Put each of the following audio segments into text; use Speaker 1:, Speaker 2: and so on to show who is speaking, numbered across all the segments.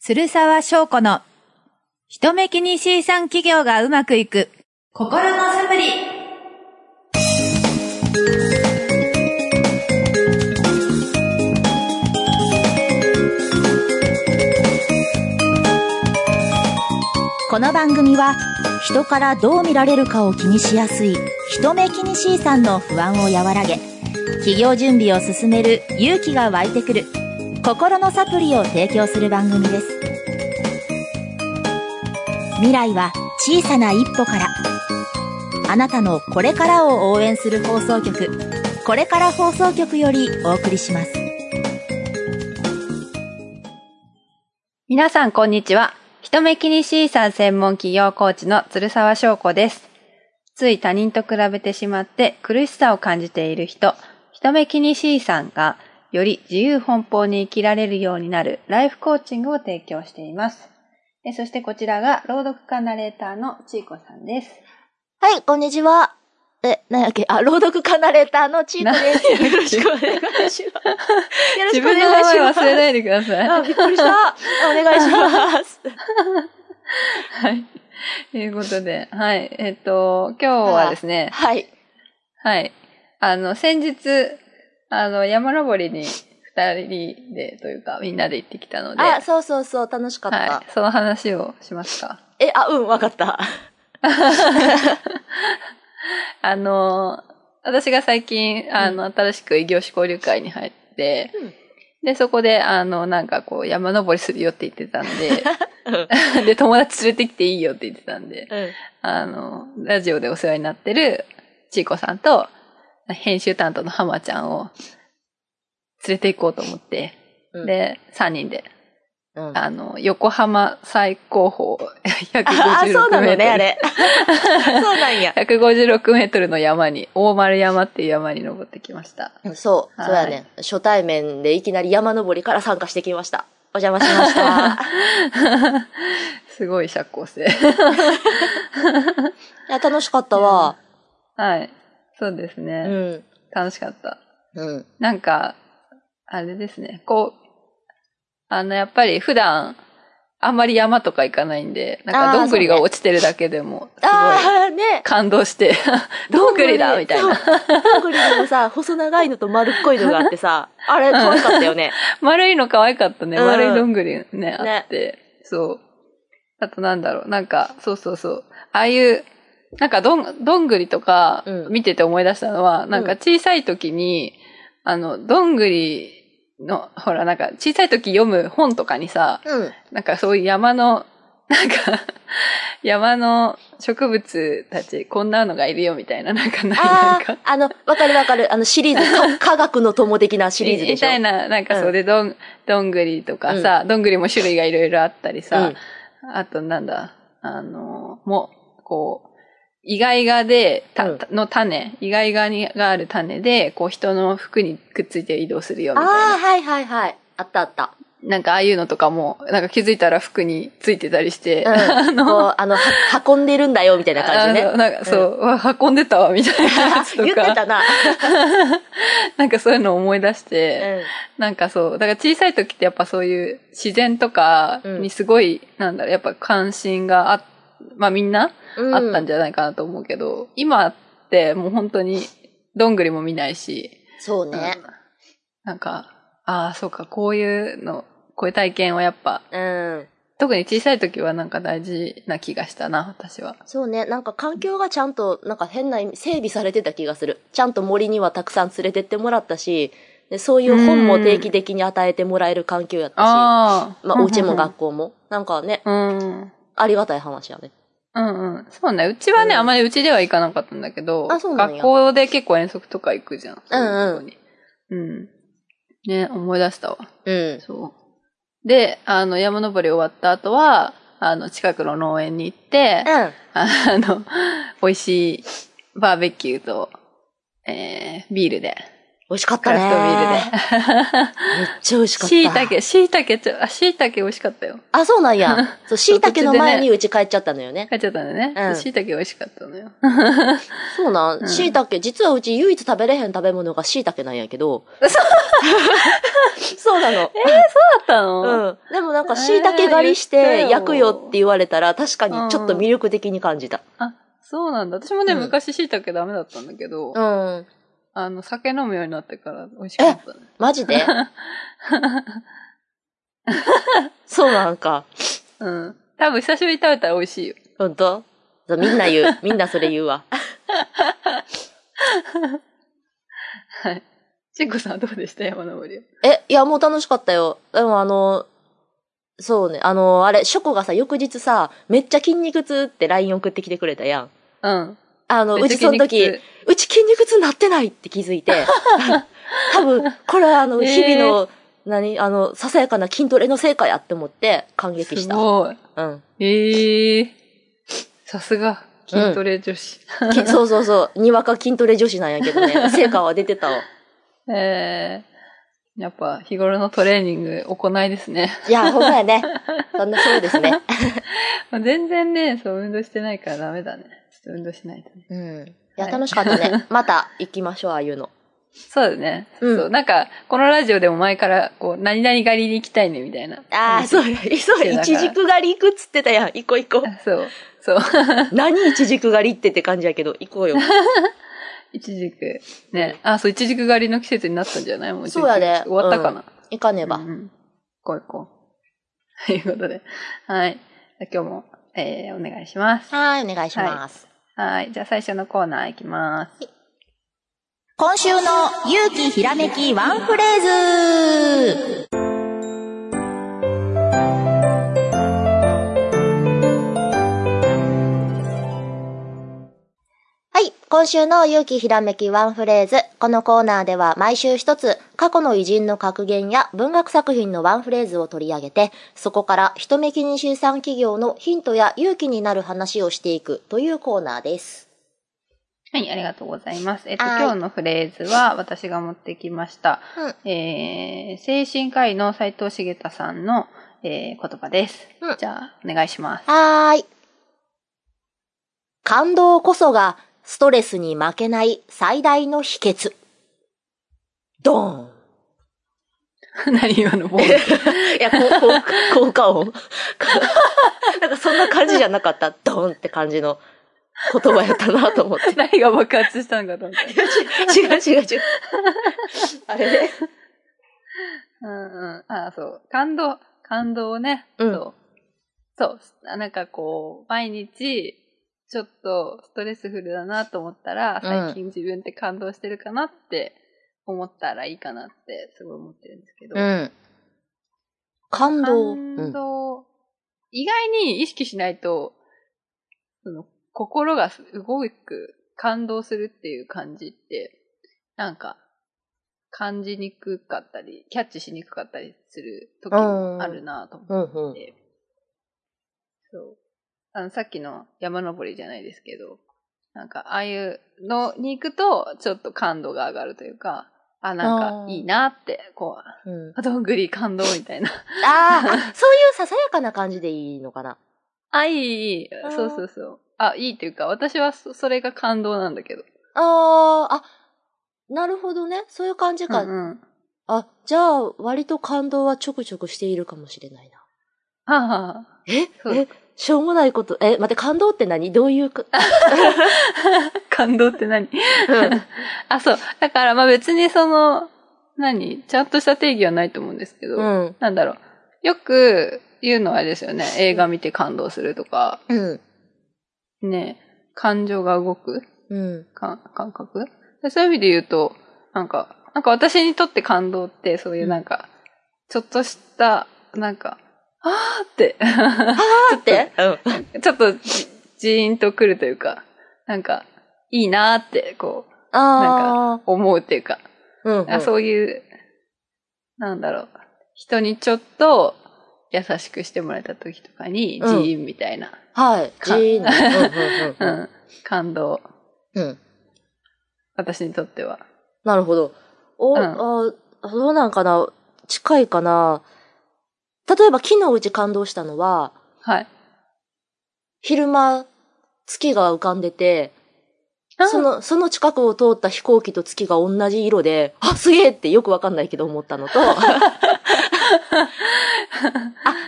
Speaker 1: 鶴沢翔子の、人目気に C 産企業がうまくいく、心のサプリ。
Speaker 2: この番組は人からどう見られるかを気にしやすい人目気にしいさんの不安を和らげ企業準備を進める勇気が湧いてくる心のサプリを提供する番組です未来は小さな一歩からあなたのこれからを応援する放送局これから放送局よりお送りします
Speaker 1: 皆さん、こんにちは。人目気に C さん専門企業コーチの鶴沢翔子です。つい他人と比べてしまって苦しさを感じている人、人目気に C さんがより自由奔放に生きられるようになるライフコーチングを提供しています。えそしてこちらが朗読家ナレーターのちいこさんです。
Speaker 2: はい、こんにちは。え、なんやっけあ、朗読カナレーターのチートです。よろしくお願いします。よろし
Speaker 1: 自
Speaker 2: くお
Speaker 1: 分の名
Speaker 2: 願いしま
Speaker 1: 前
Speaker 2: す。
Speaker 1: 忘れないでくださ い。
Speaker 2: あ、びっくりした。あお願いします。
Speaker 1: はい。ということで、はい。えっと、今日 はですね、
Speaker 2: はい。
Speaker 1: はい。あの、先日、あの、山登りに二人でというか、みんなで行ってきたので、
Speaker 2: あ、そうそうそう、楽しかった。
Speaker 1: はい。その話をしますか。
Speaker 2: え、あ、うん、わかった。
Speaker 1: あの、私が最近、あの、新しく異業種交流会に入って、で、そこで、あの、なんかこう、山登りするよって言ってた ん
Speaker 2: うん
Speaker 1: で、で、友達連れてきていいよって言ってたんで、
Speaker 2: うん。
Speaker 1: あの、ラジオでお世話になってるちいこさんと、編集担当のハマちゃんを連れて行こうと思って、
Speaker 2: うん
Speaker 1: で、3人で、
Speaker 2: うん、あ
Speaker 1: あの、横浜最高峰
Speaker 2: あ、そうな
Speaker 1: 156メ
Speaker 2: の
Speaker 1: ート
Speaker 2: ね、あ
Speaker 1: ル。
Speaker 2: れ。そうなんや。
Speaker 1: 156メートルの山に、大丸山っていう山に登ってきました。
Speaker 2: そう、
Speaker 1: はい
Speaker 2: そうやね。初対面でいきなり山登りから参加してきました。お邪魔しました。
Speaker 1: すごい社交性。
Speaker 2: いや、楽しかったわ。
Speaker 1: はい。そうです
Speaker 2: う
Speaker 1: ね。
Speaker 2: ん。
Speaker 1: 楽しかった。
Speaker 2: うん。
Speaker 1: なんか、あれですね、こう、あの、やっぱり普段、あんまり山とか行かないんで、なん
Speaker 2: あー
Speaker 1: かどんぐり
Speaker 2: そ
Speaker 1: が
Speaker 2: うね
Speaker 1: 落ちてるだけで も、すごい
Speaker 2: ああ、ね。
Speaker 1: 感動 して、どんぐりだみたいな。
Speaker 2: そう。どんぐりにもさ、細長いのと丸っこいのがあってさ、あれ可愛かったよね。
Speaker 1: 丸いの可愛かったね。
Speaker 2: うん
Speaker 1: 丸いどんぐりね、
Speaker 2: ね
Speaker 1: あって。そう。あとなんだろう、なんか、そうそうそう。ああいう、なんかどん、どんぐりとか
Speaker 2: うん
Speaker 1: 見てて思い出したのは、なんか小さい時に、あの、どんぐりの、ほら、なんか小さい時読む本とかにさ、
Speaker 2: うん。
Speaker 1: なんかそういう山の、 なんか、山の植物たち、こんなのがいるよみたいな、なんかない、な
Speaker 2: あ
Speaker 1: ん
Speaker 2: あ
Speaker 1: か、、
Speaker 2: あの、わかるわかる。あのシリーズ、か科学の友的なシリーズで
Speaker 1: み
Speaker 2: しょ。
Speaker 1: たいな、なんかそれでどん、どんぐりとかさ、どんぐりも種類がいろいろあったり
Speaker 2: う
Speaker 1: さ
Speaker 2: ん、
Speaker 1: あとなんだ、あの、も、こう、イガイガで、た、
Speaker 2: うん
Speaker 1: の種、イガイガにがある種で、こう人の服にくっついて移動するよみたい
Speaker 2: ああ、
Speaker 1: な。
Speaker 2: はいはいはい。あったあった。
Speaker 1: なんかああいうのとかも、なんか気づいたら服についてたり して、
Speaker 2: うん。あの、こうあの、は運んでるんだよ、みたいな感じね
Speaker 1: あの。なんかそう、わ運んでたわ、みたいなやつと
Speaker 2: 言って
Speaker 1: か、
Speaker 2: た な。
Speaker 1: なんかそういうのを思い出し
Speaker 2: う
Speaker 1: て、
Speaker 2: ん。
Speaker 1: なんかそう、だから小さい時ってやっぱそういう自然とかにすごい、なんだろう、やっぱ関心があ、まあみんな
Speaker 2: う
Speaker 1: あったん
Speaker 2: じ
Speaker 1: じゃないかなと思うけど、今ってもう本当にどんぐりも見ないし、
Speaker 2: ゃそうね
Speaker 1: う。んなんか、ああ、そうか、こういうの、こういう体験はやっぱ、
Speaker 2: うん。
Speaker 1: 特に小さい時はなんか大事な気がしたな、私は。
Speaker 2: そうね。なんか環境がちゃんと、なんか変な意味整備されてた気がする。ちゃんと森にはたくさん連れてってもらったし、でそういう本も定期的に与えてもらえる環境やったし、
Speaker 1: ああ。
Speaker 2: まあ、お家も学校も。なんかね、
Speaker 1: うん。
Speaker 2: ありがたい話やね。
Speaker 1: うんうん。そうね。うちはね、
Speaker 2: うん
Speaker 1: あまりうちでは行かなかったんだけど、
Speaker 2: あそうなんや
Speaker 1: 学校で結構遠足とか行くじゃん。
Speaker 2: うんうん
Speaker 1: そういうとこにうん。ね、思い出したわ。
Speaker 2: うん。
Speaker 1: そう。で、あの、山登り終わった後は、あの、近くの農園に行って、
Speaker 2: うん。
Speaker 1: あ の、美味しいバーベキューと、えー、ビールで、
Speaker 2: 美味しかっ
Speaker 1: ク
Speaker 2: たね。
Speaker 1: ラフトビールで。
Speaker 2: めっちゃ美味しかった。
Speaker 1: しいたけ、しいたけ、ちょ、あ、しいたけ美味しかったよ。
Speaker 2: あ、そうなんや。そう、椎茸の前に
Speaker 1: 途
Speaker 2: うち帰っちゃったのよね。
Speaker 1: 帰っちゃったんだ
Speaker 2: うん
Speaker 1: ね。しいたけ美味しかったのよ。
Speaker 2: そうな
Speaker 1: うん
Speaker 2: ん。椎茸、実はうち唯一食べれへん食べ物が椎茸なんやけど。 そうなの。
Speaker 1: だったの
Speaker 2: うん。でもなんか椎茸狩りし
Speaker 1: えー言って
Speaker 2: て
Speaker 1: よ
Speaker 2: 焼くよって言われたら確かにちょっと魅力的に感じた。
Speaker 1: あ、そうなんだ。私もね、
Speaker 2: うん
Speaker 1: 昔しいたけダメだったんだけど、
Speaker 2: うん。
Speaker 1: あの、酒飲むようになってから美味しかったね。
Speaker 2: マジでそうなんか。
Speaker 1: うん。多分久しぶりに食べたら美味しいよ。
Speaker 2: ほんとそうみんな言う。みんなそれ言うわ。
Speaker 1: はい。ちんこさんはどうでした山登りは。
Speaker 2: え、いや、もう楽しかったよ。でもあの、そうね、あの、あれ、ショコがさ、翌日さ、めっちゃ筋肉痛って LINE 送ってきてくれたやん。
Speaker 1: うん。
Speaker 2: あの、うちその
Speaker 1: めっちゃ筋
Speaker 2: 時
Speaker 1: 肉、
Speaker 2: うち筋肉痛になってないって気づ いて、多分、これはあの、
Speaker 1: えー
Speaker 2: 日々の、何、あの、ささやかな筋トレの成果やって思って感激
Speaker 1: 痛
Speaker 2: し
Speaker 1: す
Speaker 2: た。
Speaker 1: ごい。
Speaker 2: うん。
Speaker 1: ええさすが、筋トレ女子。
Speaker 2: きそうそうそう、にわか筋トレ女子なんやけど ね、成果は出てたわ。
Speaker 1: ええやっぱ日頃のトレーニング行いですね。
Speaker 2: いや、ほんまやね。そんな、そうですね。
Speaker 1: 全然ね、そう運動してないからダメだね。ちょっと運動しないとね。
Speaker 2: うん。いや、
Speaker 1: はい
Speaker 2: 楽しかったね。また行きましょう、ああいうの。
Speaker 1: そうだね。
Speaker 2: うん
Speaker 1: そう。なんか、このラジオでも前から、こう、何々狩りに行きたいね、みたいな。
Speaker 2: ああ、そうや、そうや、
Speaker 1: だから
Speaker 2: いちじく狩り行くっつってたやん。行こう 行こう。
Speaker 1: そう。そう。
Speaker 2: 何いちじく狩りってって感じやけど、行こうよ。
Speaker 1: いちじく。ね。あ、そう、いちじく狩りの季節になったんじゃないもう
Speaker 2: そうやで
Speaker 1: 終わったかな。
Speaker 2: 行かねば。
Speaker 1: うんうん行こう行こう。 ということで。はい。じゃあ今日も、えー、お願いします。
Speaker 2: はーい、お願いします。
Speaker 1: はい。じゃあ最初のコーナー行きます。
Speaker 2: 今週の勇気ひらめきワンフレーズはい。今週の勇気ひらめきワンフレーズ。このコーナーでは毎週一つ過去の偉人の格言や文学作品のワンフレーズを取り上げて、そこから人目気にし産企業のヒントや勇気になる話をしていくというコーナーです。
Speaker 1: はい、ありがとうございます。えっと、
Speaker 2: はい
Speaker 1: 今日のフレーズは私が持ってきました。
Speaker 2: うん。
Speaker 1: えー、精神科医の斉藤茂太さんの、えー、言葉です。
Speaker 2: うん
Speaker 1: じゃあ、お願いします。
Speaker 2: はーい。感動こそがストレスに負けない最大の秘訣。ドーン。
Speaker 1: 何今のボー
Speaker 2: いや、こう、こう、効果音。 なんかそんな感じじゃなかった。ドーンって感じの言葉やったなと思 って。
Speaker 1: 何が爆発したんかと思った。
Speaker 2: 違う違う違う。あれね。
Speaker 1: うんうん。あ、そう。感動、感動をね。
Speaker 2: うん
Speaker 1: そう。そうあ。なんかこう、毎日、ちょっとストレスフルだなと思ったら、
Speaker 2: うん
Speaker 1: 最近自分って感動してるかなって思ったらいいかなって、すごい思ってるんですけど。
Speaker 2: ん。感動。
Speaker 1: 感動、意外に意識しないと、その心が動く、感動するっていう感じって、なんか、感じにくかったり、キャッチしにくかったりする時もあるなぁと
Speaker 2: うん。う
Speaker 1: 思
Speaker 2: ん
Speaker 1: っ。て、そう。あの、さっきの山登りじゃないですけど、なんか、ああいうのに行くと、ちょっと感度が上がるというか、あ、なん
Speaker 2: あ
Speaker 1: か、
Speaker 2: ー
Speaker 1: いいなって、こう、
Speaker 2: うん。
Speaker 1: あどんぐり感動みたいな。
Speaker 2: あーあ、そういうささやかな感じでいいのかな。
Speaker 1: あ、いい、いい
Speaker 2: あ。ー
Speaker 1: そうそうそう。あ、いいっていうか、私はそそれが感動なんだけど。
Speaker 2: あー、あ、なるほどね。そういう感じか。
Speaker 1: うんうん。
Speaker 2: あ、じゃあ、割と感動はちょくちょくしているかもしれないな。
Speaker 1: はあ、はあ、
Speaker 2: え
Speaker 1: そう
Speaker 2: えしょうもないこと。え、待って、感動って何どういう か、
Speaker 1: 感動って何
Speaker 2: うん
Speaker 1: あ、そう。だから、まあ別にその、何ちゃんとした定義はないと思うんですけど、
Speaker 2: うん。
Speaker 1: なんだろう。よく言うのはあれですよね。映画見て感動するとか、
Speaker 2: うん。
Speaker 1: ね、感情が動く
Speaker 2: うん。
Speaker 1: 感感覚でそういう意味で言うと、なんか、なんか私にとって感動って、そういうなんか、ちょっとした、なんか、あーって、
Speaker 2: あーってうん。
Speaker 1: ちょっとじ、じーんとくるというか、なんか、いいなーって、こう、
Speaker 2: あ
Speaker 1: 思うというか、
Speaker 2: ー。うんうん。
Speaker 1: あそういう、なんだろう、人にちょっと優しくしてもらった時とかに、
Speaker 2: うん
Speaker 1: じーんみたいな、
Speaker 2: はい。ジーンね。
Speaker 1: う、
Speaker 2: うんんうん
Speaker 1: 感動、
Speaker 2: うんうん。うん。
Speaker 1: 私にとっては。
Speaker 2: なるほど。お、
Speaker 1: うん
Speaker 2: あ、どうなんかな近いかな例えば昨日うち感動したのは、
Speaker 1: はい。
Speaker 2: 昼間、月が浮かんでて、その、その近くを通った飛行機と月が同じ色で、あ、すげえってよくわかんないけど思ったの と、あ、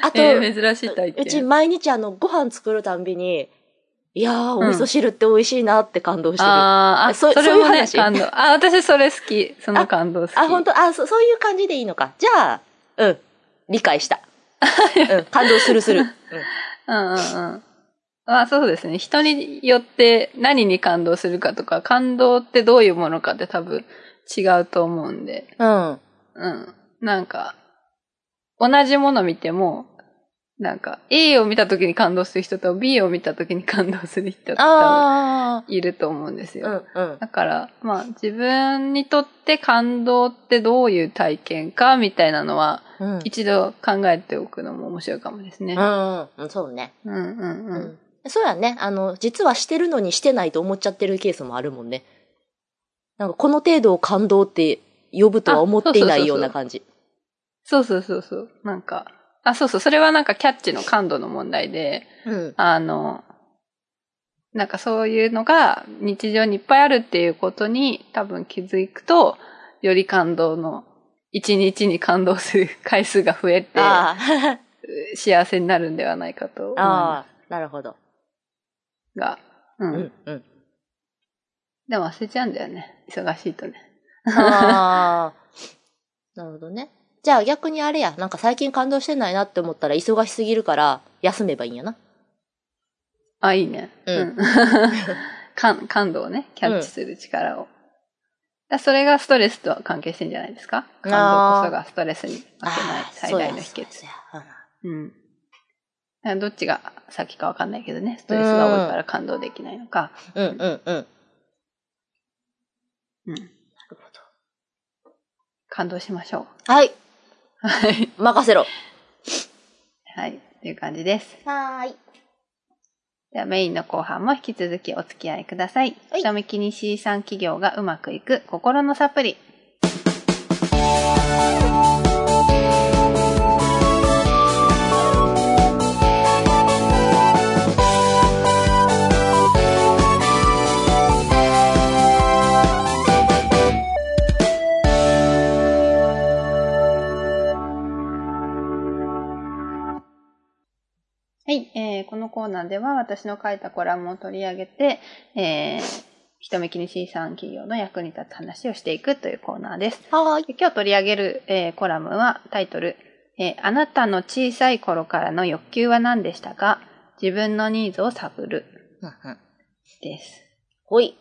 Speaker 2: あと、
Speaker 1: えー珍しい体験。
Speaker 2: うち毎日あの、ご飯作るたんびに、いやー、お味噌汁って美味しいなって感動してる。あ、
Speaker 1: あーあ、
Speaker 2: そ
Speaker 1: そ
Speaker 2: そ
Speaker 1: れ
Speaker 2: ういう
Speaker 1: もね、
Speaker 2: 話
Speaker 1: 感動。あ、私それ好き。その感動好き。
Speaker 2: 本当あ、そ、そういう感じでいいのか。じゃあ、うん、理解 した。うん、感動するする。うん
Speaker 1: うんうんうん。まあそうですね。人によって何に感動するかとか、感動ってどういうものかって多分違うと思うんで。
Speaker 2: うん。
Speaker 1: うん。なんか、同じもの見ても、なんか A を見た時に感動する人と B を見た時に感動する人って多
Speaker 2: あ
Speaker 1: 分いると思うんです
Speaker 2: ー
Speaker 1: よ。
Speaker 2: うん、うん。
Speaker 1: だから、まあ自分にとって感動ってどういう体験かみたいなのは、
Speaker 2: うん
Speaker 1: 一度考えておくのも面白いかもですね。
Speaker 2: うんうん、そうね。
Speaker 1: うんうん
Speaker 2: う
Speaker 1: うん
Speaker 2: ん。そうやね。あの、実はしてるのにしてないと思っちゃってるケースもあるもんね。なんかこの程度を感動って呼ぶとは思っていな
Speaker 1: あ
Speaker 2: い
Speaker 1: そうそ
Speaker 2: よ
Speaker 1: うそうそう
Speaker 2: うな感じ。
Speaker 1: そうそうそうそう。なんか、あ、そうそう、それはなんかキャッチの感度の問題で、
Speaker 2: うん。
Speaker 1: あの、なんかそういうのが日常にいっぱいあるっていうことに多分気づくと、より感動の、一日に感動する回数が増えて、
Speaker 2: あー
Speaker 1: 幸せになるんではないかと思いま
Speaker 2: あー、なるほど。
Speaker 1: すが、う。
Speaker 2: うんん、うん。
Speaker 1: でも忘れちゃうんだよね。忙しいとね。
Speaker 2: あーなるほどね。じゃあ逆にあれや、なんか最近感動してないなって思ったら忙しすぎるから休めばいいんやな。
Speaker 1: あ、いいね。
Speaker 2: うん
Speaker 1: うん。 感感度をね、キャッチする力を。だそれがストレスとは関係してんじゃないですか感動こそがストレスに負けない
Speaker 2: あー
Speaker 1: 最大の秘訣。
Speaker 2: そうやそうや
Speaker 1: うん。だからどっちが先かわかんないけどね、ストレスが多いから感動できないのか。
Speaker 2: そうやうんうんうん。なる
Speaker 1: うん。
Speaker 2: ほ
Speaker 1: 感動しましょう。
Speaker 2: ど。はい、
Speaker 1: はい。
Speaker 2: 任せろ。
Speaker 1: はい。という感じです。
Speaker 2: はーい。
Speaker 1: ではメインの後半も引き続きお付き合いください。
Speaker 2: はい
Speaker 1: 人見気に C さん企業がうまくいく心のサプリ。はい、えーこのコーナーでは私の書いたコラムを取り上げて、えー、人目気に C さん企業の役に立つ話をしていくというコーナーです。
Speaker 2: はーい。
Speaker 1: で今日取り上げる、えーコラムはタイトル、えーあなたの小さい頃からの欲求は何でしたか自分のニーズを探る」
Speaker 2: うんうん
Speaker 1: です。
Speaker 2: ほい。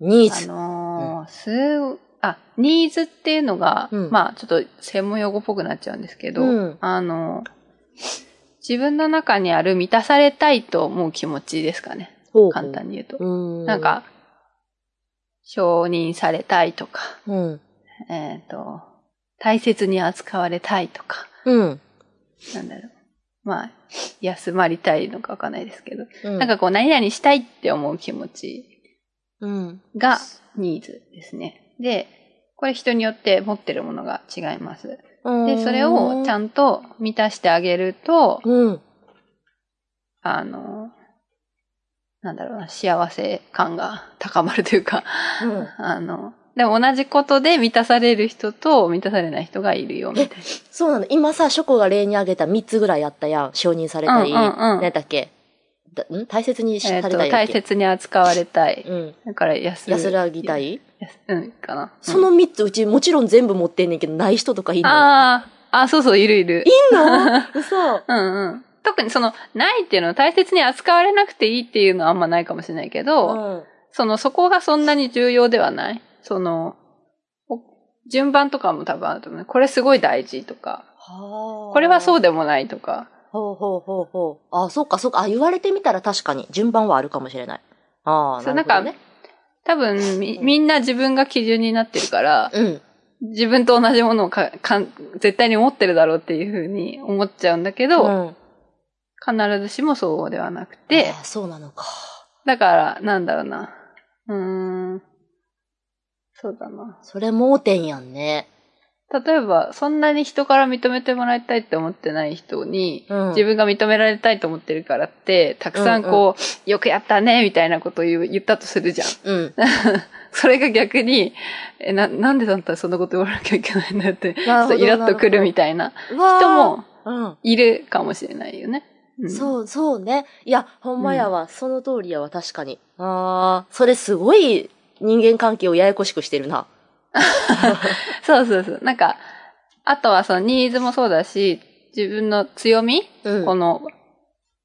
Speaker 2: ニー
Speaker 1: あ
Speaker 2: ズ。
Speaker 1: のーすごあ、ニーズっていうのが、
Speaker 2: うん
Speaker 1: まあちょっと専門用語っぽくなっちゃうんですけど、
Speaker 2: うん
Speaker 1: あのー自分の中にある満たされたいと思う気持ちですかね。
Speaker 2: ほう
Speaker 1: 簡単に言うと。
Speaker 2: に
Speaker 1: なん、か、承認されたいとか、
Speaker 2: うん。
Speaker 1: えっ、と、大切に扱われたいとか、
Speaker 2: うん。
Speaker 1: なんだろう。まあ、休まりたいのかわかんないですけど、
Speaker 2: な
Speaker 1: なん、かこう、何々したいって思う気持ち
Speaker 2: うん。
Speaker 1: がニーズですね。で、これ人によって持ってるものが違います。で、それをちゃ
Speaker 2: ん
Speaker 1: んと満たしてあげると、
Speaker 2: うん。
Speaker 1: あの、なんだろうな、幸せ感が高まるというか、
Speaker 2: うん
Speaker 1: あの、でも同じことで満たされる人と満たされない人がいるよ、みたい
Speaker 2: そうなの。今さ、ショコが例に挙げた3つぐらいあったやん。承認されたり。
Speaker 1: うんうんうん
Speaker 2: 何だっけだん大切にし
Speaker 1: な。え
Speaker 2: さ
Speaker 1: っ
Speaker 2: れ
Speaker 1: と、
Speaker 2: たりだっ
Speaker 1: 大
Speaker 2: け。
Speaker 1: 切に扱われたい。
Speaker 2: うん。
Speaker 1: だから安
Speaker 2: 安らぎた。い、
Speaker 1: やすうん、かな。
Speaker 2: その3つ、うちもちろん全部持ってんねんけど、ない人とかいん
Speaker 1: うん、
Speaker 2: の
Speaker 1: ああ、あ、そうそう、いるいる。
Speaker 2: いんの 嘘。
Speaker 1: うんうん。特にその、ないっていうのは大切に扱われなくていいっていうのはあんまないかもしれないけど、
Speaker 2: うん。
Speaker 1: その、そこがそんなに重要ではない。その、お順番とかも多分あると思う。これすごい大事とか、
Speaker 2: こ
Speaker 1: これはそううでもないとか。
Speaker 2: ほうほうほうほう。あ、そっかそっか。あ、言われてみたら確かに順番はあるかもしれない。ああ、
Speaker 1: そう
Speaker 2: なるほど
Speaker 1: なん
Speaker 2: ね
Speaker 1: か。多分み、みんな自分が基準になってるから、
Speaker 2: うん。
Speaker 1: 自分と同じものをかかん絶対に持ってるだろうっていうふうに思っちゃうんだけど、
Speaker 2: うん、
Speaker 1: 必ずしもそうではなくて、
Speaker 2: あーそうなのか。
Speaker 1: だから、なんだろうな。うーん。そうだな。
Speaker 2: それ盲点やんね。
Speaker 1: 例えば、そんなに人から認めてもらいたいって思ってない人に、
Speaker 2: うん
Speaker 1: 自分が認められたいと思ってるからって、たくさんこう、よくやったね、みたいなことを言う言ったとするじゃん。
Speaker 2: うん。
Speaker 1: それが逆に、え、な、なんでだったらそんなこと言わなきゃいけないんだよって、ち
Speaker 2: な
Speaker 1: ょ
Speaker 2: るほ
Speaker 1: っと
Speaker 2: ど
Speaker 1: イラッとくるみたいな
Speaker 2: うわー
Speaker 1: 人も
Speaker 2: うん。
Speaker 1: いるかもしれないよね。うん
Speaker 2: そう、そうね。いや、ほんまやわ。その通りやわ、確かに。ああ、それすごい人間関係をややこしくしてるな。
Speaker 1: そうそうそう。なんか、あとはそのニーズもそうだし、自分の強み、
Speaker 2: うん。
Speaker 1: この、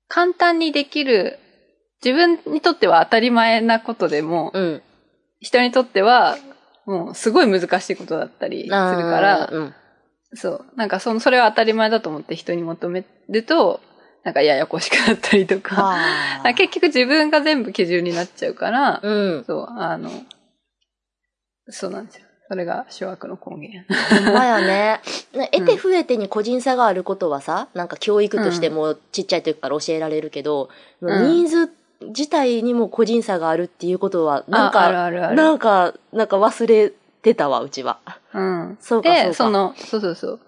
Speaker 1: 簡単にできる、自分にとっては当たり前なことでも、
Speaker 2: うん。
Speaker 1: 人にとっては、もうすごい難しいことだったりするから、
Speaker 2: うん。
Speaker 1: そう。なんかその、それは当たり前だと思って人に求めると、なんかややこしくなったりとか。
Speaker 2: あ
Speaker 1: だから結局自分が全部基準になっちゃうから、
Speaker 2: うん。
Speaker 1: そう、あの、そうなんですよ。それが諸悪の根源。
Speaker 2: ほんまや ね。ね得て増えてに個人差があることはさ、なんか教育としてもちっちゃい時から教えられるけど、
Speaker 1: うん
Speaker 2: ニーズ自体にも個人差があるっていうことは、なん
Speaker 1: あある
Speaker 2: か、
Speaker 1: あるある。
Speaker 2: なんか、なんか忘れてたわ、うちは。
Speaker 1: うん。
Speaker 2: そうかそう
Speaker 1: で、
Speaker 2: か
Speaker 1: その、そうそうそう。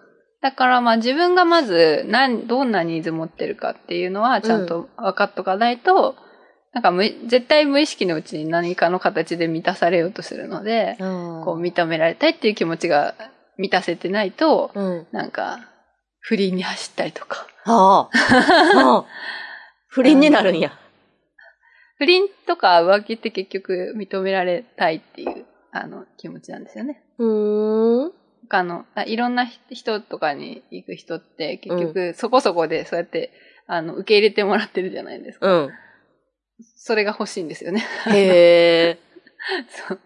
Speaker 1: だからまあ自分がまず、なん、どんなニーズ持ってるかっていうのはちゃんと分かっとかないと、なんかむ、絶対無意識のうちに何かの形で満たされようとするので、こう認められたいっていう気持ちが満たせてないと、
Speaker 2: うん。
Speaker 1: なんか、不倫に走ったりとか。
Speaker 2: ああ。ああ不倫になるんや。
Speaker 1: 不倫とか浮気って結局認められたいっていう、あの、気持ちなんですよね。
Speaker 2: うーん。
Speaker 1: 他の、あいろんなひ人とかに行く人って結局そこそこでそうやって、あの、受け入れてもらってるじゃないですか。
Speaker 2: うん。
Speaker 1: それが欲しいんですよね。
Speaker 2: へえ。
Speaker 1: そう。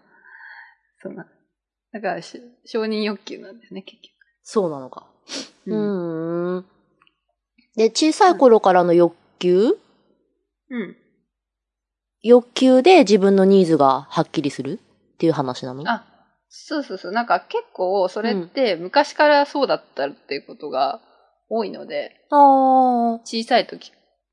Speaker 1: そんな。だからし、承認欲求なんですね、結
Speaker 2: そうなのか。う
Speaker 1: 局。ん。
Speaker 2: ーん。で、小さい頃からの欲求
Speaker 1: うん。
Speaker 2: 欲求で自分のニーズがはっきりするっていう話なの
Speaker 1: あ、そうそうそう。なんか結構それって昔からそうだったっていうことが多いので、
Speaker 2: あー。
Speaker 1: 小さい時、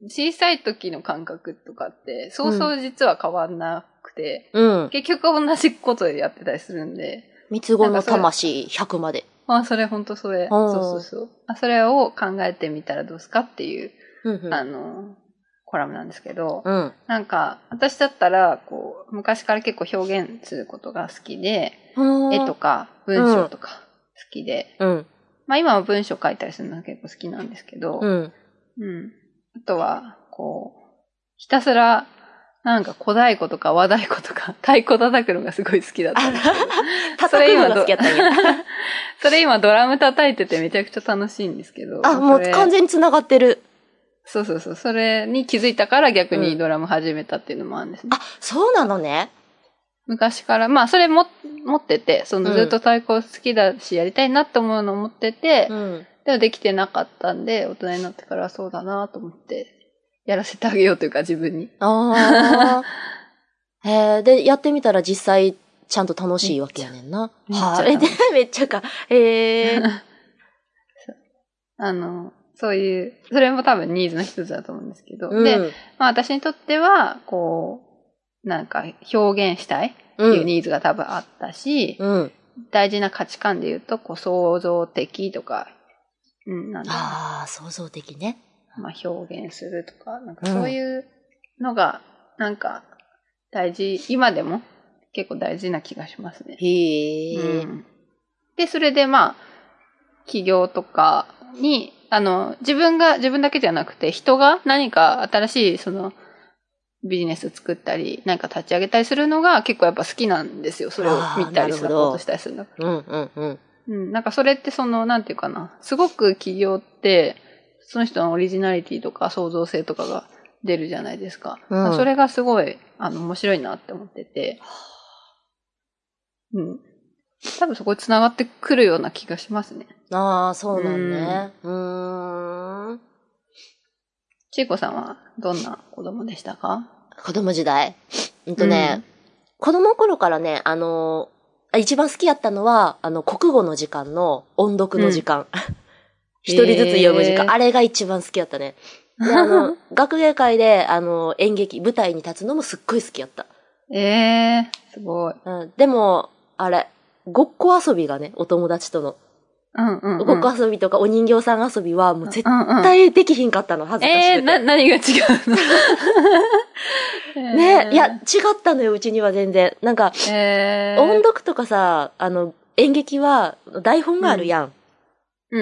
Speaker 1: 小さい時の感覚とかって、そうそう実は変わんなくて、
Speaker 2: うん。
Speaker 1: 結局同じことやってたりするんで、
Speaker 2: 三つ子の魂100まで。
Speaker 1: まあ、それ、ほんとそれ。
Speaker 2: うん
Speaker 1: そうそうそう。あそれを考えてみたらどうすかっていう、
Speaker 2: うん
Speaker 1: あの、コラムなんですけど、
Speaker 2: うん。うん。
Speaker 1: なんか、私だったら、こう、昔から結構表現することが好きで、
Speaker 2: うん
Speaker 1: 絵とか文章とか好きで、
Speaker 2: うん。
Speaker 1: まあ今は文章書いたりするのが結構好きなんですけど、
Speaker 2: うん。
Speaker 1: うん。あとは、こう、ひたすら、なんか小太鼓とか和太鼓とか 太鼓叩くのがすごい好きだったんですけど。そ
Speaker 2: 叩
Speaker 1: れ
Speaker 2: くの
Speaker 1: 今
Speaker 2: が
Speaker 1: ど
Speaker 2: 好きやったんや。
Speaker 1: それ今ドラム叩いててめちゃくちゃ楽しいんですけど。
Speaker 2: あ、もう
Speaker 1: それ
Speaker 2: 完全に繋がってる。
Speaker 1: そうそうそう。それに気づいたから逆
Speaker 2: う
Speaker 1: に
Speaker 2: ん
Speaker 1: ドラム始めたっていうのもあるんですね。
Speaker 2: あ、そうなのね。
Speaker 1: 昔から、まあそれも持ってて、その
Speaker 2: うん
Speaker 1: ずっと太鼓好きだしやりたいなって思うのを持ってて、
Speaker 2: ん。
Speaker 1: でもできてなかったんで、大人になってからそうだなと思って、やらせてあげようというか自分に。
Speaker 2: あ あ。へえ、で、やってみたら実際、ちゃんと楽しいわけやねんな。
Speaker 1: めっちゃ
Speaker 2: はあれで、 めっちゃか。へえ。
Speaker 1: あの、そういう、それも多分ニーズの一つだと思うんですけど。
Speaker 2: うん
Speaker 1: で、まあ私にとっては、こう、なんか表現したいっ
Speaker 2: う。
Speaker 1: ていうんニーズが多分あったし、
Speaker 2: うん。
Speaker 1: 大事な価値観で言うと、こう、創造的とか、うん、なんだ、
Speaker 2: ああ、創造的ね。
Speaker 1: まあ、表現するとか、なんか
Speaker 2: うん
Speaker 1: そういうのが、なんか、大事、今でも結構大事な気がします
Speaker 2: へ
Speaker 1: ね。う
Speaker 2: え。
Speaker 1: んで、それでまあ、企業とかに、あの、自分が、自分だけじゃなくて、人が何か新しい、その、ビジネス作ったり、何か立ち上げたりするのが結構やっぱ好きなんですよ。それを見
Speaker 2: あ
Speaker 1: たり
Speaker 2: ーなるほ
Speaker 1: サ
Speaker 2: ど
Speaker 1: ポートしたりするのが
Speaker 2: うんうんうん。
Speaker 1: うん、なんかそれってその、なんていうかな、すごく企業って、その人のオリジナリティとか創造性とかが出るじゃないですか。
Speaker 2: うん
Speaker 1: それがすごい、あの、面白いなって思ってて。うん。多分そこに繋がってくるような気がしますね。
Speaker 2: ああ、そうなんね。うーん。
Speaker 1: ちいこさんはどんな子供でしたか
Speaker 2: 子供時 代。うんとね、子供の頃からね、あのーあ一番好きやったのは、あの、国語の時間の音読の時間。 一人ずつ読む時間、
Speaker 1: へー
Speaker 2: あれが一番好きやったね。で、あ の、 学芸会で、あの、演劇、舞台に立つのもすっごい好きやった。
Speaker 1: ええー、すごい。
Speaker 2: うん、でも、あれ、ごっこ遊びがね、お友達との。
Speaker 1: うんうん、うん。
Speaker 2: ごっこ遊びとかお人形さん遊びは、もう絶
Speaker 1: うんうん
Speaker 2: 対できひんかったの、恥ずかしくて。
Speaker 1: えー、な、何が違うの
Speaker 2: ねいや、違ったのよ、うちには全然。なんか、
Speaker 1: えー、
Speaker 2: 音読とかさ、あの、演劇は台本があるやん。
Speaker 1: うんうん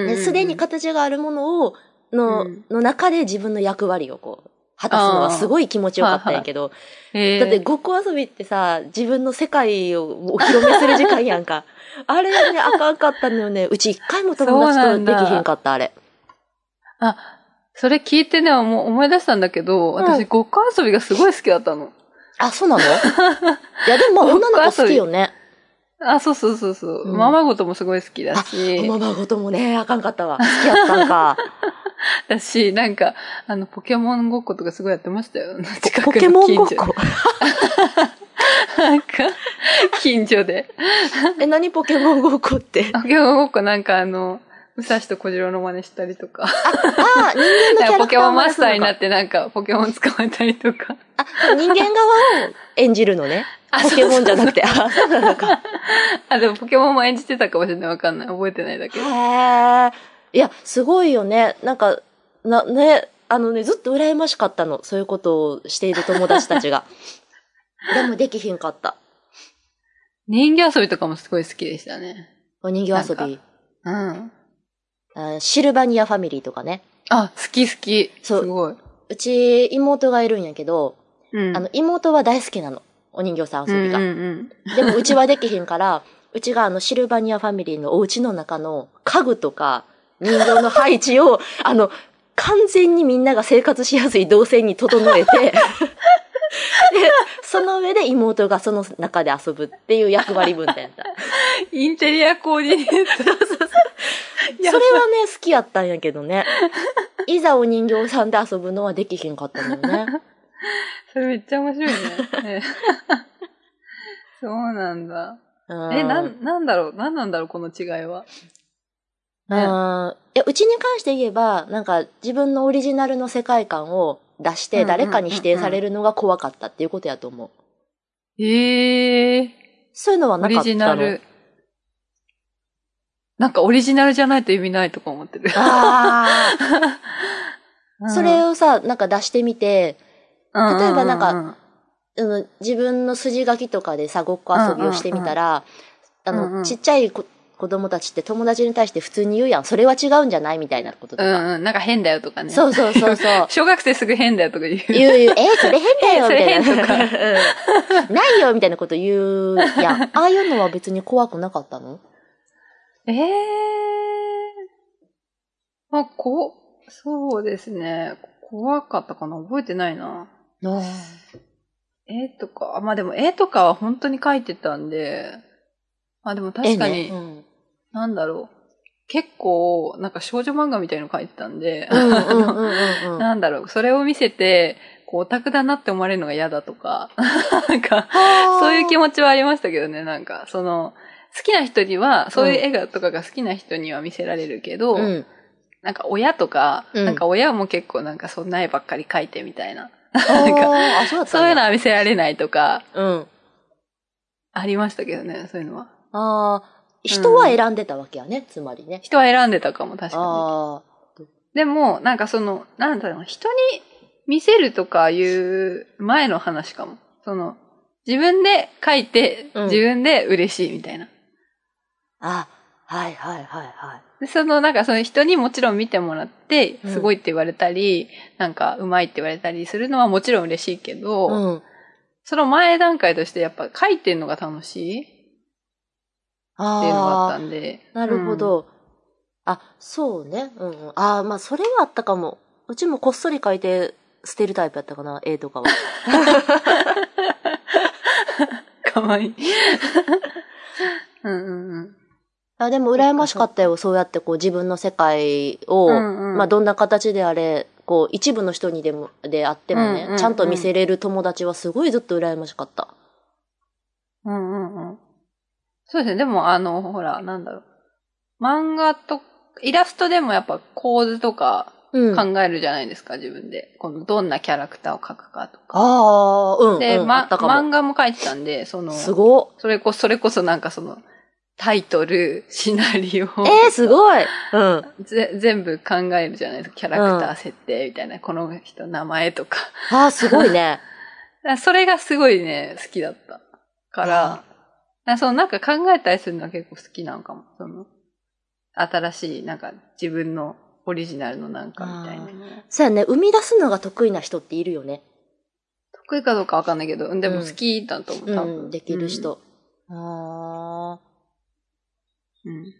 Speaker 2: で
Speaker 1: うん
Speaker 2: すで、に形があるものを、の、
Speaker 1: うん
Speaker 2: の中で自分の役割をこう、果たすのはすごい気持ちよかったんやけど、
Speaker 1: えー、
Speaker 2: だって、ごっこ遊びってさ、自分の世界をお披露目する時間やん か。あれはね、あかんかったのよね。うち一回も友達
Speaker 1: そうな
Speaker 2: と
Speaker 1: ん
Speaker 2: で
Speaker 1: だ
Speaker 2: きへんかった、あれ。
Speaker 1: あ、それ聞いてね、思思い出したんだけど、私、
Speaker 2: うん
Speaker 1: ごっこ遊びがすごい好きだったの。
Speaker 2: あ、そう なのいや、でも女の子好きよね。
Speaker 1: あ、そうそうそうそう。
Speaker 2: うん
Speaker 1: ままごともすごい好きだし、
Speaker 2: ままごともね、あかんかったわ。好きやったんか。
Speaker 1: だし、なんか、あの、ポケモンごっことかすごいやってましたよ。 近くの
Speaker 2: ポケモンごっ
Speaker 1: 近所
Speaker 2: こ。
Speaker 1: なんか、近所で。
Speaker 2: え、何ポケモンごっこっ て。
Speaker 1: ポケモンごっこなんかあの、武蔵と小次郎の真似したりとか。
Speaker 2: ああ、人間のキャラクター
Speaker 1: ポケモンマスターにな
Speaker 2: て。
Speaker 1: ってなんか、ポケモン捕まえたりとか。
Speaker 2: あ、人間側を演じるのね。
Speaker 1: あ
Speaker 2: ポケモンじゃなくて。あ、そうなのか。
Speaker 1: あ、でもポケモンも演じてたかもしれない。わかんない。覚えてないだけど。
Speaker 2: へえ。いや、すごいよね。なんか、な、ね、あのね、ずっと羨ましかったの。そういうことをしている友達たち が。でもできひんかった。
Speaker 1: 人形遊びとかもすごい好きでしたね。
Speaker 2: お人形遊
Speaker 1: な
Speaker 2: び。
Speaker 1: うん。
Speaker 2: あシルバニアファミリーとかね。
Speaker 1: あ、好き好き。
Speaker 2: そう
Speaker 1: すごい。
Speaker 2: うち妹がいるんやけど、
Speaker 1: うん。
Speaker 2: あの、妹は大好きなの。お人形さん遊びが。
Speaker 1: うんうんうん。
Speaker 2: でもうちはできひんから、うちがあのシルバニアファミリーのお家の中の家具とか人形の配置を、あの、完全にみんなが生活しやすい動線に整えて、で、 その上で妹がその中で遊ぶっていう役割分担やった。
Speaker 1: インテリアコーディネー
Speaker 2: それはね、好きやったんやけどね。いざお人形さんで遊ぶのはできひんかったのよね。
Speaker 1: ト。それめっちゃ面白いね。ね そうなんだ。
Speaker 2: うん
Speaker 1: え、なん、なんだろうなんなんだろうこの違いは。
Speaker 2: う
Speaker 1: ね
Speaker 2: んいやうちに関して言えば、なんか自分のオリジナルの世界観を出し
Speaker 1: うん
Speaker 2: て
Speaker 1: うんうんうん
Speaker 2: 誰かに否定されるのが怖かったっていうことやと思う。
Speaker 1: ええー。
Speaker 2: そういうのは
Speaker 1: オ
Speaker 2: なか
Speaker 1: リ
Speaker 2: ったの。
Speaker 1: ジナル。なんかオリジナルじゃないと意味ないとか思ってる。
Speaker 2: ああ。
Speaker 1: うん
Speaker 2: それ、をさ、なんか出してみて、例えばなんか
Speaker 1: か、
Speaker 2: うん、自分の筋書きとかでさ、ごっこ遊びをしてみたら、あ
Speaker 1: うんうんうんうんう
Speaker 2: の、
Speaker 1: ん
Speaker 2: ちっちゃい子子供たちって友達に対して普通に言うやん。それは違うんじゃないみたいなことと
Speaker 1: う
Speaker 2: か。
Speaker 1: んうん、なんか変だよとかね。
Speaker 2: そうそうそうそう。
Speaker 1: 小学生すぐ変だよとか言う。
Speaker 2: 言う言う、えーそれ変だよ、みたいな。
Speaker 1: えーそれ変とか
Speaker 2: うんないよ、みたいなこと言うやん。ああいうのは別に怖くなかったの
Speaker 1: ええー。あ、こ、そうですね。怖かったかな覚えてないな。絵とか、あまあでも絵とかは本当に描いてたんで、まあでも確か
Speaker 2: ええね
Speaker 1: に、
Speaker 2: うん
Speaker 1: なんだろう。結構、なんか少女漫画みたいの描いてたんで、
Speaker 2: うんう
Speaker 1: あ
Speaker 2: ん
Speaker 1: の
Speaker 2: うんうんうん。
Speaker 1: なんだろう、それを見せて、こう、オタクだなって思われるのが嫌だとか、 なんか、そういう気
Speaker 2: 持ち。
Speaker 1: 持ちはありましたけどね、なんか、その、好きな人には、そういう映画とかが好きな人には見せられるけど、
Speaker 2: うん。
Speaker 1: なんか親とか、
Speaker 2: うん
Speaker 1: なんか親も結構なんかそんな絵ばっかり描いてみた いな、
Speaker 2: なん
Speaker 1: か
Speaker 2: か、あ、そうだったん
Speaker 1: そういうの
Speaker 2: だ。
Speaker 1: は見せられないとか、
Speaker 2: うん。
Speaker 1: ありましたけどね、そういうのは。
Speaker 2: ああ、人は選んでたわけやね、つまりね。
Speaker 1: 人は選んでたかも、確か
Speaker 2: あ
Speaker 1: に。でも、なんかその、なんだろう、人に見せるとかいう前の話かも。その、自分で描いて、
Speaker 2: うん
Speaker 1: 自分で嬉しいみたいな。
Speaker 2: あ。あ、はいはいはいはい。
Speaker 1: でその、なんかその人にもちろん見てもらって、
Speaker 2: うん
Speaker 1: すごいって言われたり、なんかうまいって言われたりするのはもちろん嬉しいけど、
Speaker 2: うん。
Speaker 1: その前段階としてやっぱ書いてるのが楽しいっていうのがあった
Speaker 2: ああ、
Speaker 1: んで。
Speaker 2: なるほど。あ、そうね。うんうん。ああ、まあそれはあったかも。うちもこっそり書いて捨てるタイプやったかな、絵とかは。
Speaker 1: うん。 かわいい。うんうんうん。
Speaker 2: あでも羨ましかったよ。そうやってこう自分の世界を、
Speaker 1: うんうん
Speaker 2: まあどんな形であれ、こう一部の人にでも、であってもね、
Speaker 1: うんうんうん
Speaker 2: ちゃんと見せれる友達はすごいずっと羨ましかった。
Speaker 1: うんうんうん。そうですね。でもあの、ほら、なんだろう。漫画と、イラストでもやっぱ構図とか、
Speaker 2: うん
Speaker 1: 考えるじゃないですか、自分で。このどんなキャラクターを描くかとか。
Speaker 2: ああ、うん。
Speaker 1: で、
Speaker 2: うん、あ
Speaker 1: ま、
Speaker 2: ったか
Speaker 1: 漫
Speaker 2: も。
Speaker 1: 画も描いてたんで、その、
Speaker 2: すご
Speaker 1: それこそ、それこそなんかその、タイトル、シナリオ、
Speaker 2: い。えー、すごい。うん。
Speaker 1: ぜ全部考えるじゃないですか。キャラクタ
Speaker 2: う
Speaker 1: ー設定みたいな、この人名前とか。
Speaker 2: ああ、すごい ね。
Speaker 1: だからそれがすごいね、好きだった。から、
Speaker 2: あ
Speaker 1: だからそのなんか考えたりするのは結構好きなのかも。その、新しい、なんか自分のオリジナルのなんかみたいな
Speaker 2: あ。そうやね、生み出すのが得意な人っているよね。
Speaker 1: 得意かどうかわかんないけど、でも好きだと思う、
Speaker 2: う
Speaker 1: 多分。
Speaker 2: ん、できる人。あ
Speaker 1: うん。うん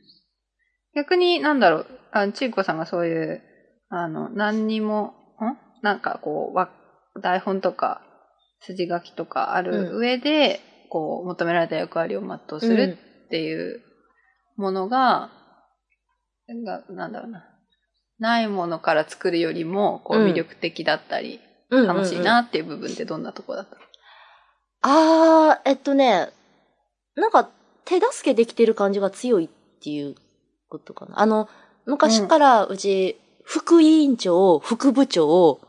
Speaker 1: 逆に、なんだろう、あの、ちいこさんがそういう、あの、何にも、んなんかこう、わ、台本とか、筋書きとかある上で、こう、求められた役割を全
Speaker 2: あ。
Speaker 1: うするっていうものが、なんかなんだろうな。ないものから作るよりも、こう
Speaker 2: うん
Speaker 1: 魅力的だったり、
Speaker 2: うん
Speaker 1: 楽しい。なっていう部分ってどんなとこだった
Speaker 2: ああ、えっとね、なんか手助けできてる感じが強いっていうことかな。あの、昔からうち、副委員長、副部長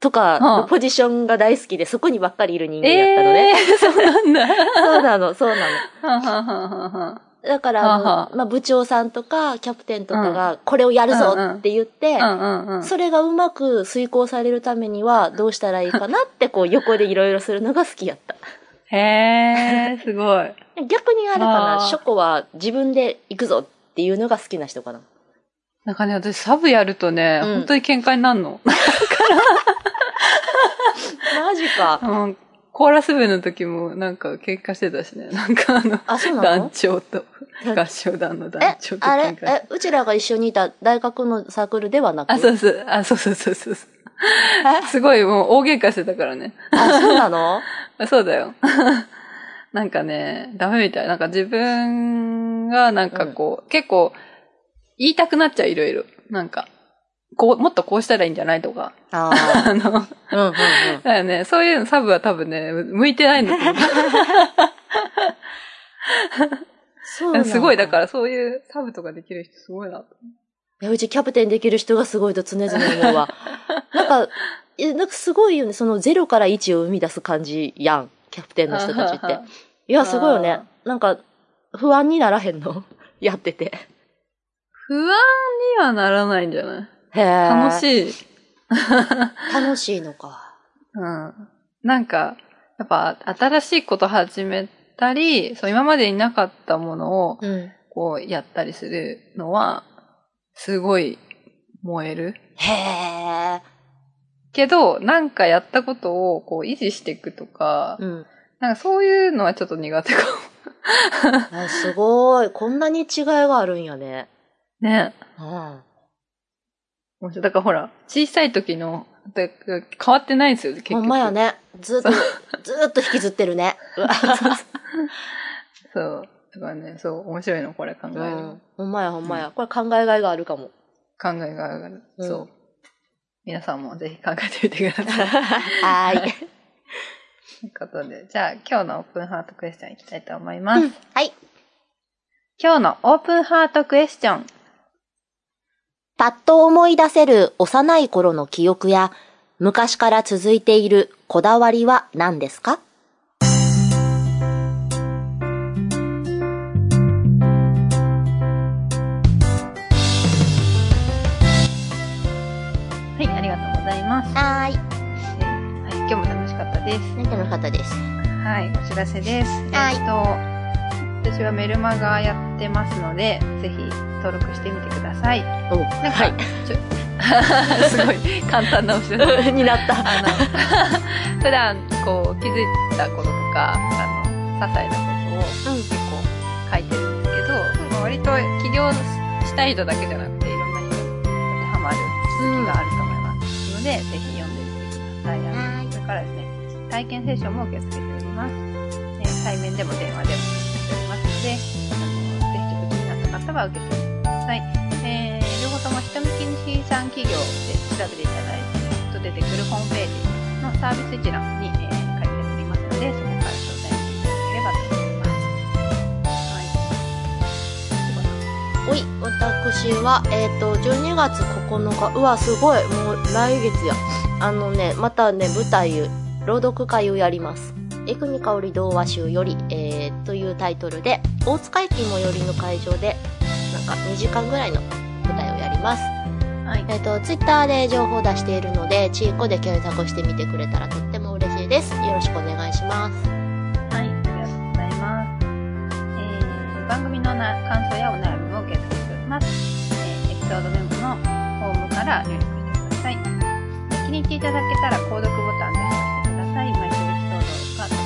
Speaker 2: とか
Speaker 1: はあ
Speaker 2: のポジションが大好きで、そこにばっかりいる人間だったの
Speaker 1: え
Speaker 2: ね。
Speaker 1: ー、そうなんだ。
Speaker 2: そうなの、そうなの。
Speaker 1: はんはんはんはんはん
Speaker 2: だから、
Speaker 1: はあ
Speaker 2: あの
Speaker 1: は
Speaker 2: まあ、部長さんとかキャプテンとかが、これをやるぞって言って、
Speaker 1: うんうんうん。
Speaker 2: それがうまく遂行されるためにはどうしたらいいかなっ てこう横でいろいろするのが好きやった。
Speaker 1: へー、すごい。
Speaker 2: 逆にあれか
Speaker 1: あ
Speaker 2: な、
Speaker 1: ー
Speaker 2: ショコは自分で行くぞっていうのが好きな人かな。
Speaker 1: なんかね、私サブやるとね、
Speaker 2: うん
Speaker 1: 本当に喧嘩になるの。
Speaker 2: マジか。
Speaker 1: うんコーラス部の時もなんか喧嘩してたしね。なんかあの、
Speaker 2: あ、そうな
Speaker 1: 団
Speaker 2: の
Speaker 1: 長と、
Speaker 2: だ
Speaker 1: 合唱団の団
Speaker 2: え
Speaker 1: 長、と
Speaker 2: あ
Speaker 1: 喧
Speaker 2: れ
Speaker 1: 嘩して
Speaker 2: え、うちらが一緒にいた大学のサークルではなく
Speaker 1: あ、そうそう、あ、そうそうそうそ うそう。すごいもう大喧嘩してたからね。
Speaker 2: あそうな の
Speaker 1: そうだよ。なんかね、ダメみたい。なんか自分がなんかこう、結構言いたくなっちゃういろいろ。なんか、こう、もっとこうしたらいいんじゃないとか。
Speaker 2: ああ。
Speaker 1: あの、
Speaker 2: うん
Speaker 1: だ
Speaker 2: うん うん。
Speaker 1: からね、そういうのサブは多分ね、向いてないんだと思
Speaker 2: そうな
Speaker 1: う。
Speaker 2: の。
Speaker 1: すごい、だかららそういうサブとかできる人すごいなと。
Speaker 2: いや、うちキャプテンできる人がすごいと常々思 うわ。なんか、え、なんかすごいよね。その0から1を生み出す感じやん。キャプテンの人たちって。いや、すごいよね
Speaker 1: あ。
Speaker 2: なんか、不安にならへんの やってて。
Speaker 1: 不安にはならないんじゃない
Speaker 2: へえ。
Speaker 1: 楽
Speaker 2: い。
Speaker 1: しい。
Speaker 2: 楽しいのか。
Speaker 1: うん。なんか、やっぱ新しいこと始めたり、そう今までになかったものを
Speaker 2: うん。
Speaker 1: こうやったりするのは、すごい燃える。
Speaker 2: へえ。
Speaker 1: けど、なんかやったことをこう維持していくとか、
Speaker 2: うん。
Speaker 1: なんかそういうのはちょっと苦手かも。
Speaker 2: あすごい。こんなに違いがあるんやね。
Speaker 1: ね。
Speaker 2: うん。
Speaker 1: 面白いだからほら、小さい時の、だから変わってないんですよ、結
Speaker 2: ほ
Speaker 1: 局。
Speaker 2: んまやね。ずっ と、ずっと引きずってるね。うわ
Speaker 1: そう。だからね、そう、面白いの、これ考え
Speaker 2: う
Speaker 1: るの。
Speaker 2: ん。ほんまや、ほんまや。これ考えがいがある かも。
Speaker 1: 考えが上がる。
Speaker 2: うん
Speaker 1: そう。皆さんもぜひ考えてみてください。
Speaker 2: はーい。
Speaker 1: ということで、じゃあ今日のオープンハートクエスチョンいきたいと思います。
Speaker 2: はい。
Speaker 1: 今日のオープンハートクエスチョン。
Speaker 2: パッと思い出せる幼い頃の記憶や、昔から続いているこだわりは何ですか
Speaker 1: はい、ありがとうございます。は
Speaker 2: はーい。
Speaker 1: い、今日も楽しかったです。
Speaker 2: 楽しかったです。
Speaker 1: はい、お知らせです。
Speaker 2: はい
Speaker 1: えーっと、私はメルマガやってますので、ぜひ登録してみてください。なん
Speaker 2: お
Speaker 1: か、
Speaker 2: は
Speaker 1: ちょ すごい簡単なお知らせ。
Speaker 2: い。 になった。
Speaker 1: あの、普段こう気づいたこととか、あの、些細なことを
Speaker 2: うん
Speaker 1: 結構書いてるんですけど、まあ割と起業したい人だけじゃなくて、いろんな人に当てはまる続きがあると思います。ので、ぜひ読んでみてください。あのそれからですね、体験セッションも受け付けております。えー対面でも電話でも受け付けておりますので、あの、ぜひちょっと気になった方は受けてみてください。えー両方とも人見金資産企業で調べていただいて、と出てくるホームページのサービス一覧に、えー書いておりますので、そこから詳細にしていただければと思います。はい。
Speaker 2: おい、私更新は、えっ、と、12月9日。うわ、すごい。もう来月や。あのね、またね、舞台、朗読会をやります。江国香織童話集より、えー、というタイトルで、大塚駅最寄りの会場で、なんか2時間ぐらいの舞台をやります。
Speaker 1: はい。
Speaker 2: えっ、と、ツイッターで情報を出しているので、チーコで検索してみてくれたらとっても嬉しいです。よろしくお願いします。
Speaker 1: はい。ありがとうございます。えー、番組のな感想やお悩みを受け付けております。えー、エピソードメモのフォームから入力してください。気に入っていただけたら、購読ボタンで押してください。毎週エピソードが届きます。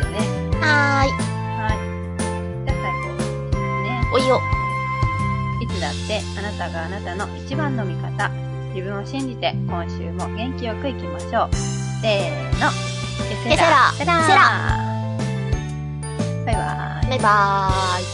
Speaker 1: 以上で
Speaker 2: はーい。
Speaker 1: す。はい。じゃあ最後ですね。
Speaker 2: おいよ。
Speaker 1: いつだってあなたがあなたの一番の味方。自分を信じて今週も元気よくいきましょう。せーの。
Speaker 2: ケセラ
Speaker 1: セラ
Speaker 2: セ
Speaker 1: バイバイ。
Speaker 2: バイバーイ。